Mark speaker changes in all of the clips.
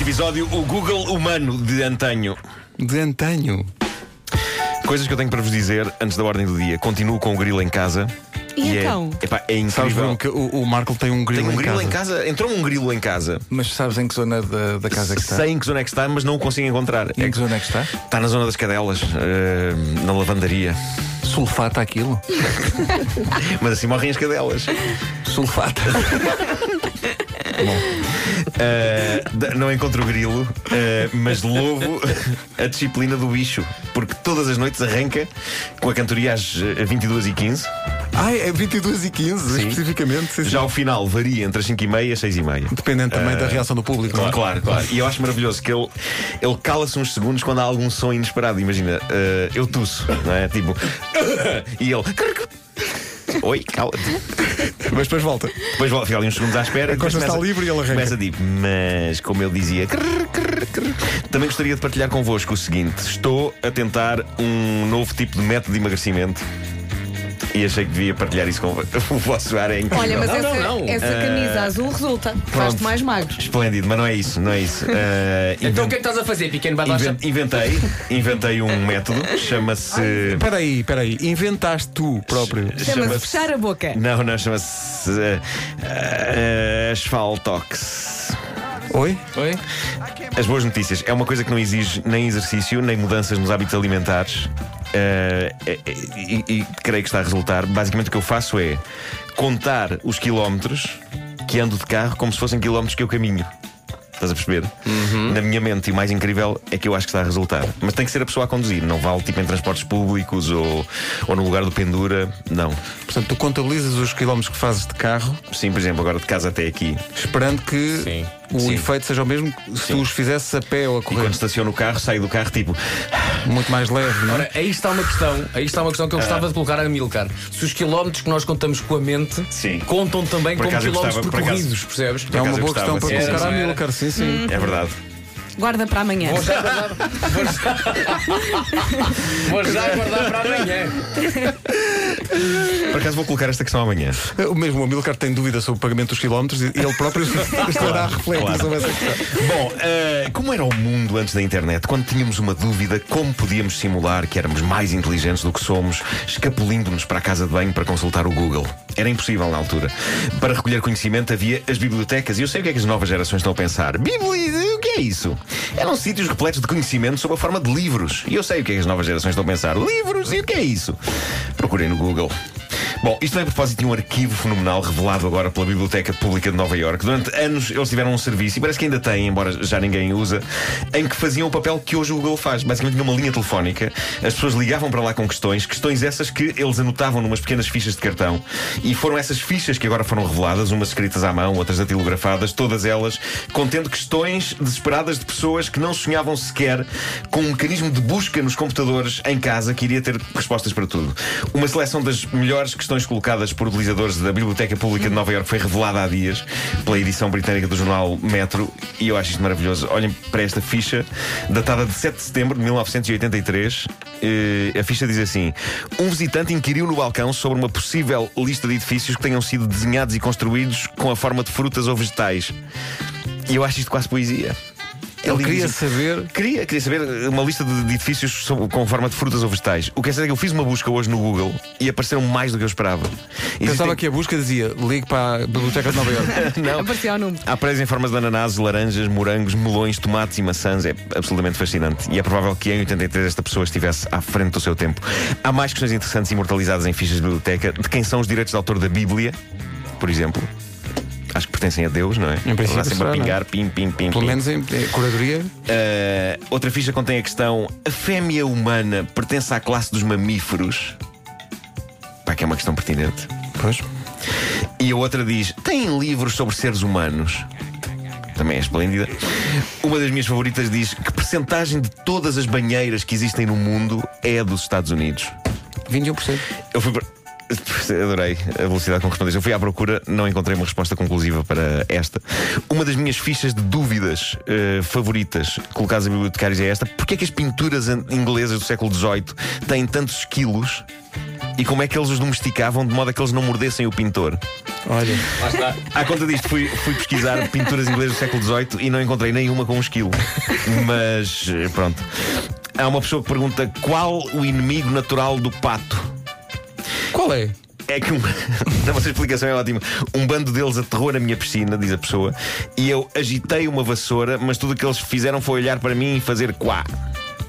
Speaker 1: episódio o Google humano de antanho.
Speaker 2: De antanho.
Speaker 1: Coisas que eu tenho para vos dizer antes da ordem do dia. Continuo com o grilo em casa.
Speaker 3: E então?
Speaker 1: É, epá, é
Speaker 2: Sabes, Bruno,
Speaker 1: incrível.
Speaker 2: que o, o Marco tem um grilo,
Speaker 1: Tem um
Speaker 2: em,
Speaker 1: grilo
Speaker 2: casa.
Speaker 1: em casa. Entrou um grilo em casa.
Speaker 2: Mas sabes em que zona da, da casa que está?
Speaker 1: Sei em que zona é que está, mas não o consigo encontrar.
Speaker 2: Em
Speaker 1: É
Speaker 2: que
Speaker 1: que
Speaker 2: zona é que está?
Speaker 1: está na zona das cadelas, eh, na lavandaria.
Speaker 2: Sulfata aquilo?
Speaker 1: Mas assim morrem as cadelas.
Speaker 2: Sulfata.
Speaker 1: Eh, da- não encontro o grilo, eh, mas louvo a disciplina do bicho, porque todas as noites arranca com a cantoria às eh, 22h15.
Speaker 2: ah, é 22 e 15, especificamente. sim, sim.
Speaker 1: Já o final varia entre as 5h30 e as 6h30.
Speaker 2: Dependendo também da reação do público. não é?
Speaker 1: Claro, claro, E eu acho maravilhoso que ele, ele cala-se uns segundos quando há algum som inesperado. Imagina, eh, eu tusso, não é? Tipo. e ele. Oi, cala-te.
Speaker 2: Mas depois volta.
Speaker 1: Depois vou- fica ali uns segundos à espera.
Speaker 2: A costa
Speaker 1: depois
Speaker 2: está
Speaker 1: começa-
Speaker 2: livre e ele arranca.
Speaker 1: Começa a tipo, mas como eu dizia. crrr, crrr, crrr. Também gostaria de partilhar convosco o seguinte: estou a tentar um novo tipo de método de emagrecimento. E achei que devia partilhar isso com vo- o vosso ar é incrível.
Speaker 3: Olha, mas
Speaker 1: Não,
Speaker 3: essa,
Speaker 1: não, não.
Speaker 3: essa camisa azul resulta. Faz-te mais magro.
Speaker 1: Esplêndido, mas não é isso, não é isso. Eh,
Speaker 4: Então o
Speaker 1: invent-
Speaker 4: que é que estás a fazer, pequeno babacha?
Speaker 1: inven- Inventei, inventei um método, chama-se.
Speaker 2: Espera aí, espera aí. Inventaste tu próprio.
Speaker 3: Chama-se fechar a boca.
Speaker 1: Não, não, chama-se. eh, eh, asfaltox.
Speaker 2: Oi?
Speaker 4: Oi?
Speaker 1: As boas notícias. É uma coisa que não exige nem exercício, nem mudanças nos hábitos alimentares. Eh, eh, eh, e, e creio que está a resultar. Basicamente o que eu faço é contar os quilómetros que ando de carro como se fossem quilómetros que eu caminho. Estás a perceber? Na minha mente, e o mais incrível é que eu acho que está a resultar. Mas tem que ser a pessoa a conduzir, não vale tipo em transportes públicos ou, ou no lugar do pendura. Não.
Speaker 2: Portanto, tu contabilizas os quilómetros que fazes de carro,
Speaker 1: Sim, por exemplo, agora de casa até aqui.
Speaker 2: esperando que
Speaker 4: Sim,
Speaker 2: o
Speaker 4: sim.
Speaker 2: efeito seja o mesmo que se tu os fizesses a pé ou a
Speaker 1: E quando
Speaker 2: correr.
Speaker 1: estaciono o carro, saio do carro tipo.
Speaker 2: Muito mais leve, não é?
Speaker 4: Ora, aí está uma questão, aí está uma questão que
Speaker 1: Ah.
Speaker 4: eu gostava de colocar a Milcar. Se os quilómetros que nós contamos com a mente
Speaker 1: Sim.
Speaker 4: contam também
Speaker 1: Por
Speaker 4: como
Speaker 1: acaso eu gostava, por
Speaker 4: quilómetros
Speaker 1: acaso. Então-
Speaker 4: percorridos, percebes?
Speaker 2: É
Speaker 1: acaso
Speaker 2: uma
Speaker 1: eu
Speaker 2: boa
Speaker 1: gostava,
Speaker 2: questão para
Speaker 1: sim,
Speaker 2: colocar
Speaker 4: sim,
Speaker 2: à
Speaker 4: sim.
Speaker 2: mil, cara. Sim, sim.
Speaker 1: É verdade.
Speaker 3: Guarda para amanhã.
Speaker 4: Vou já guardar, vou- vou já guardar para amanhã.
Speaker 1: Por acaso vou colocar esta questão amanhã.
Speaker 2: O mesmo Amilcar tem dúvida sobre o pagamento dos quilómetros e ele próprio estará a refletir
Speaker 1: claro.
Speaker 2: sobre essa questão.
Speaker 1: Bom, eh, como era o mundo antes da internet? Quando tínhamos uma dúvida, como podíamos simular que éramos mais inteligentes do que somos, escapulindo-nos para a casa de banho para consultar o Google? Era impossível na altura. Para recolher conhecimento havia as bibliotecas, e eu sei o que é que as novas gerações estão a pensar. Bibli... O que é isso? Eram sítios repletos de conhecimento sob a forma de livros. E eu sei o que é que as novas gerações estão a pensar. Livros? E o que é isso? Procurei no Google. Bom, isto é a propósito de um arquivo fenomenal revelado agora pela Biblioteca Pública de Nova Iorque. Durante anos eles tiveram um serviço, e parece que ainda têm, embora já ninguém usa, em que faziam o papel que hoje o Google faz. Basicamente tinha uma linha telefónica, as pessoas ligavam para lá com questões, questões essas que eles anotavam numas pequenas fichas de cartão, e foram essas fichas que agora foram reveladas, umas escritas à mão, outras datilografadas, todas elas contendo questões desesperadas de pessoas que não sonhavam sequer com um mecanismo de busca nos computadores em casa que iria ter respostas para tudo. Uma seleção das melhores questões colocadas por utilizadores da Biblioteca Pública de Nova Iorque foi revelada há dias pela edição britânica do jornal Metro e eu acho isto maravilhoso. Olhem para esta ficha, datada de 7 de setembro de 1983. Eh, a ficha diz assim: Um visitante inquiriu no balcão sobre uma possível lista de edifícios que tenham sido desenhados e construídos com a forma de frutas ou vegetais. E eu acho isto quase poesia.
Speaker 2: Ele queria
Speaker 1: diz-
Speaker 2: saber.
Speaker 1: Queria, queria saber eh, uma lista de, de edifícios sob- com forma de frutas ou vegetais. O que é certo é que eu fiz uma busca hoje no Google e apareceram mais do que eu esperava.
Speaker 2: Pensava
Speaker 1: Existem-
Speaker 2: que a busca dizia ligue para a Biblioteca de Nova Iorque.
Speaker 1: Não.
Speaker 3: Apareceu o número.
Speaker 1: Há prédios em formas de ananás, laranjas, morangos, melões, tomates e maçãs. É absolutamente fascinante. E é provável que em 83 esta pessoa estivesse à frente do seu tempo. Há mais questões interessantes imortalizadas em fichas de biblioteca de quem são os direitos de autor da Bíblia, por exemplo. Acho que pertencem a Deus, não é?
Speaker 2: Em princípio
Speaker 1: Lá sempre
Speaker 2: será,
Speaker 1: a
Speaker 2: não é?
Speaker 1: pingar, pim, pim, pim.
Speaker 2: Pelo
Speaker 1: pim.
Speaker 2: menos em, em curadoria.
Speaker 1: Uh, outra ficha contém a questão: a fêmea humana pertence à classe dos mamíferos? Pá, que é uma questão pertinente.
Speaker 2: Pois.
Speaker 1: E a outra diz: tem livros sobre seres humanos? Também é esplêndida. Uma das minhas favoritas diz que percentagem de todas as banheiras que existem no mundo é a dos Estados Unidos.
Speaker 2: 21%.
Speaker 1: Eu fui. pro- Adorei a velocidade com que respondeste. Eu fui à procura, não encontrei uma resposta conclusiva para esta. Uma das minhas fichas de dúvidas eh, favoritas colocadas a bibliotecários é esta: porquê é que as pinturas an- inglesas do século XVIII têm tantos quilos e como é que eles os domesticavam de modo a que eles não mordessem o pintor?
Speaker 2: Olha,
Speaker 4: Lá está.
Speaker 1: À conta disto, fui, fui pesquisar pinturas inglesas do século XVIII e não encontrei nenhuma com um esquilo. Mas eh, pronto. Há uma pessoa que pergunta qual o inimigo natural do pato.
Speaker 2: qual é?
Speaker 1: É que um... a vossa explicação é ótima. Um bando deles aterrou na minha piscina, diz a pessoa, e eu agitei uma vassoura, mas tudo o que eles fizeram foi olhar para mim e fazer quá.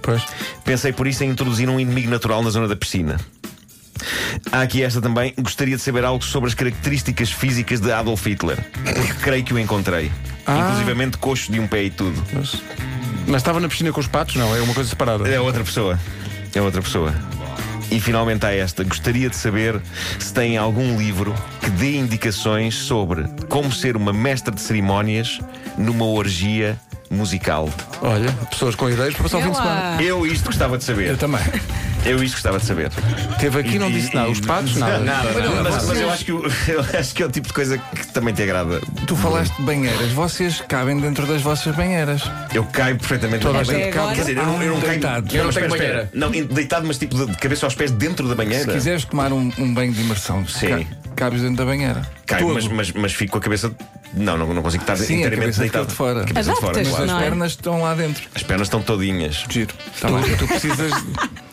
Speaker 2: Pois.
Speaker 1: Pensei por isso em introduzir um inimigo natural na zona da piscina. Há aqui esta também. Gostaria de saber algo sobre as características físicas de Adolf Hitler, porque creio que o encontrei.
Speaker 2: Ah.
Speaker 1: Inclusivamente coxo de um pé e tudo.
Speaker 2: Mas, mas estava na piscina com os patos? Não, é uma coisa separada.
Speaker 1: É outra pessoa. É outra pessoa. E finalmente há esta. Gostaria de saber se tem algum livro que dê indicações sobre como ser uma mestra de cerimónias numa orgia musical.
Speaker 2: Olha, pessoas com ideias para passar o fim de semana.
Speaker 3: Ela.
Speaker 1: Eu isto gostava de
Speaker 2: Eu
Speaker 1: saber.
Speaker 2: também.
Speaker 1: Eu isto gostava de saber.
Speaker 2: Teve aqui, não
Speaker 1: E-
Speaker 2: disse
Speaker 1: e-
Speaker 2: nada. Os patos, nada.
Speaker 1: Mas, mas eu, acho que, o- eu acho que é o tipo de coisa que também te agrada.
Speaker 5: Tu falaste de banheiras, vocês cabem dentro das vossas banheiras.
Speaker 1: Eu caio perfeitamente
Speaker 2: Toda
Speaker 1: na
Speaker 2: a
Speaker 1: banheira.
Speaker 2: gente
Speaker 3: agora?
Speaker 2: cabe.
Speaker 1: Quer dizer, eu não, eu não caio.
Speaker 5: Deitado.
Speaker 4: Eu não
Speaker 1: mas
Speaker 4: tenho
Speaker 1: espera,
Speaker 4: banheira.
Speaker 1: espera. Não, in- deitado, mas tipo de de cabeça aos pés dentro da banheira.
Speaker 5: Se quiseres tomar um, um banho de imersão,
Speaker 1: Sim.
Speaker 5: ca- cabes dentro da banheira.
Speaker 1: Caio,
Speaker 5: Todo.
Speaker 1: mas, mas, mas fico com a cabeça. Não, não, não consigo estar
Speaker 5: Sim, a
Speaker 1: inteiramente
Speaker 5: cabeça ficou
Speaker 1: deitado.
Speaker 5: de fora.
Speaker 1: Cabeça de fora,
Speaker 3: Adaptas,
Speaker 1: claro.
Speaker 5: As
Speaker 3: Não é?
Speaker 5: pernas estão lá dentro.
Speaker 1: As pernas estão todinhas.
Speaker 5: Giro.
Speaker 2: Tá bem. Tu precisas,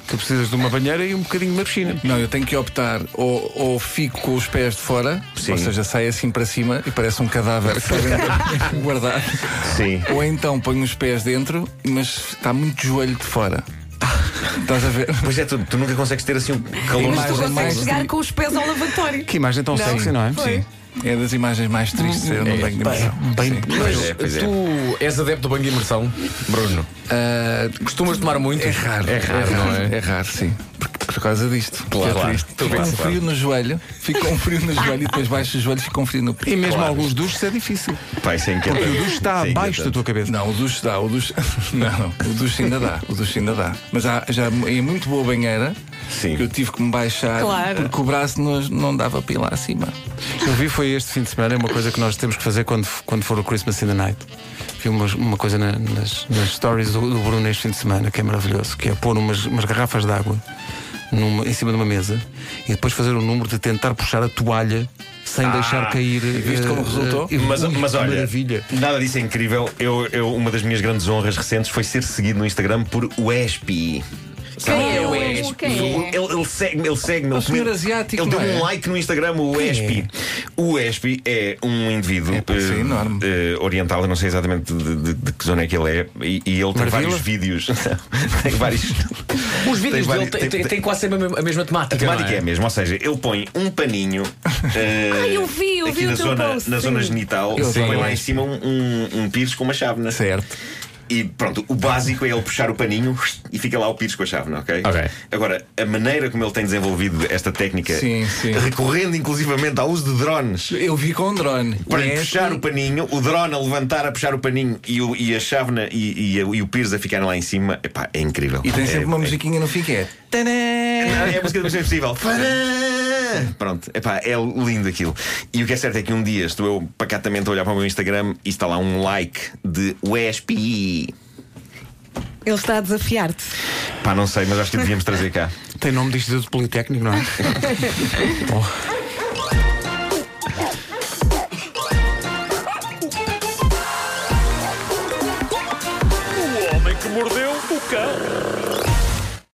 Speaker 2: tu precisas de uma banheira e um bocadinho de uma piscina.
Speaker 5: Não, eu tenho que optar ou, ou fico com os pés de fora,
Speaker 1: Sim.
Speaker 5: ou seja, saio assim para cima e parece um cadáver que está dentro guardado.
Speaker 1: Sim.
Speaker 5: Ou então ponho os pés dentro, mas está muito joelho de fora. Estás a ver?
Speaker 1: Pois é, tu, tu nunca consegues ter assim um calor.
Speaker 3: Mas tu
Speaker 5: mais-
Speaker 3: consegues
Speaker 5: mais-
Speaker 3: chegar com os pés ao lavatório.
Speaker 2: Que imagem tão sexy, não é?
Speaker 3: Foi.
Speaker 5: É das imagens mais tristes, eu não tenho dimensão.
Speaker 2: Bem,
Speaker 1: Pois é, pois é.
Speaker 4: Tu és adepto do banho de imersão, Bruno.
Speaker 5: Ah,
Speaker 4: Costumas tomar muito?
Speaker 5: É raro.
Speaker 1: É raro, não é?
Speaker 5: É raro, sim. Porque- Por, causa disto.
Speaker 1: Claro,
Speaker 5: Que é
Speaker 1: claro.
Speaker 5: triste.
Speaker 1: Claro,
Speaker 5: Fica um
Speaker 1: claro.
Speaker 5: frio no joelho, fica um frio no joelho e depois baixo os joelhos e fica um frio no
Speaker 2: E
Speaker 5: pé.
Speaker 2: mesmo
Speaker 1: Claro.
Speaker 2: alguns duches é difícil.
Speaker 1: Pai, sem
Speaker 2: Porque o duche está
Speaker 1: é
Speaker 2: abaixo da tua cabeça.
Speaker 5: Não, o duche dá, o duche. Não, o duche ainda dá, o duche ainda dá. Mas há, já é muito boa banheira
Speaker 1: Sim.
Speaker 5: que eu tive que me baixar
Speaker 3: Claro.
Speaker 5: porque o braço não, não dava para ir lá acima.
Speaker 2: Eu vi foi este fim de semana uma coisa que nós temos que fazer quando, quando for o Christmas in the Night. Vi umas- uma, coisa na- nas, nas stories do, do Bruno este fim de semana que é maravilhoso, que é pôr umas, umas garrafas de água numa- em cima de uma mesa e depois fazer o número de tentar puxar a toalha sem deixar cair.
Speaker 5: viste como
Speaker 2: eh,
Speaker 5: resultou?
Speaker 2: eh,
Speaker 1: Mas,
Speaker 2: ui,
Speaker 1: mas
Speaker 2: que
Speaker 1: olha,
Speaker 2: maravilha.
Speaker 1: nada disso é incrível. Eu, eu- uma das minhas grandes honras recentes foi ser seguido no Instagram por Wespi.
Speaker 3: Quem é o
Speaker 1: Wesp.
Speaker 3: Quem é?
Speaker 1: Tipo, Ele, ele segue-me, ele segue
Speaker 5: É o senhor asiático,
Speaker 1: Ele deu
Speaker 5: não é?
Speaker 1: um like no Instagram, o ESPI. O ESPI é um indivíduo
Speaker 5: É, pá, isso é
Speaker 1: eh,
Speaker 5: enorme.
Speaker 1: eh, oriental, eu não sei exatamente de, de- de que zona é que ele é, e, e ele tem
Speaker 2: Marvila?
Speaker 1: vários vídeos. tem vários.
Speaker 4: Os vídeos
Speaker 1: vários-
Speaker 4: dele têm- têm têm quase sempre a mesma- a mesma
Speaker 1: a
Speaker 4: temática.
Speaker 1: temática
Speaker 4: não
Speaker 1: é a mesma, ou seja, ele põe um paninho eh,
Speaker 3: Ai, eu vi, eu
Speaker 1: aqui
Speaker 3: vi o
Speaker 1: na,
Speaker 3: teu
Speaker 1: zona,
Speaker 3: post,
Speaker 1: na
Speaker 3: sim.
Speaker 1: zona genital
Speaker 5: Eu
Speaker 1: e põe
Speaker 5: adoro
Speaker 1: lá em
Speaker 5: isso.
Speaker 1: cima um, um, um pires com uma chave, né?
Speaker 5: Certo.
Speaker 1: E pronto, o básico é ele puxar o paninho e fica lá o Pires com a chave, não é? ok?
Speaker 4: Ok.
Speaker 1: Agora, a maneira como ele tem desenvolvido esta técnica,
Speaker 5: Sim, sim.
Speaker 1: recorrendo inclusivamente ao uso de drones.
Speaker 5: Eu vi com um drone.
Speaker 1: Para lhe
Speaker 5: Este-
Speaker 1: puxar o paninho, o drone a levantar, a puxar o paninho e, o- e a chave na- e, e a- e o Pires a ficarem lá em cima, epá, é incrível.
Speaker 5: E tem
Speaker 1: é,
Speaker 5: sempre uma
Speaker 1: é-
Speaker 5: musiquinha no fim que é.
Speaker 1: Não, é a música do Missão Impossível. Tadã! Pronto, epá, é lindo aquilo. E o que é certo é que um dia estou eu pacatamente a olhar para o meu Instagram e está lá um like de USPI.
Speaker 3: Ele está a desafiar-te.
Speaker 1: Pá, não sei, mas acho que devíamos trazer cá.
Speaker 2: Tem nome de Instituto Politécnico, não é?
Speaker 6: O homem que mordeu o cão.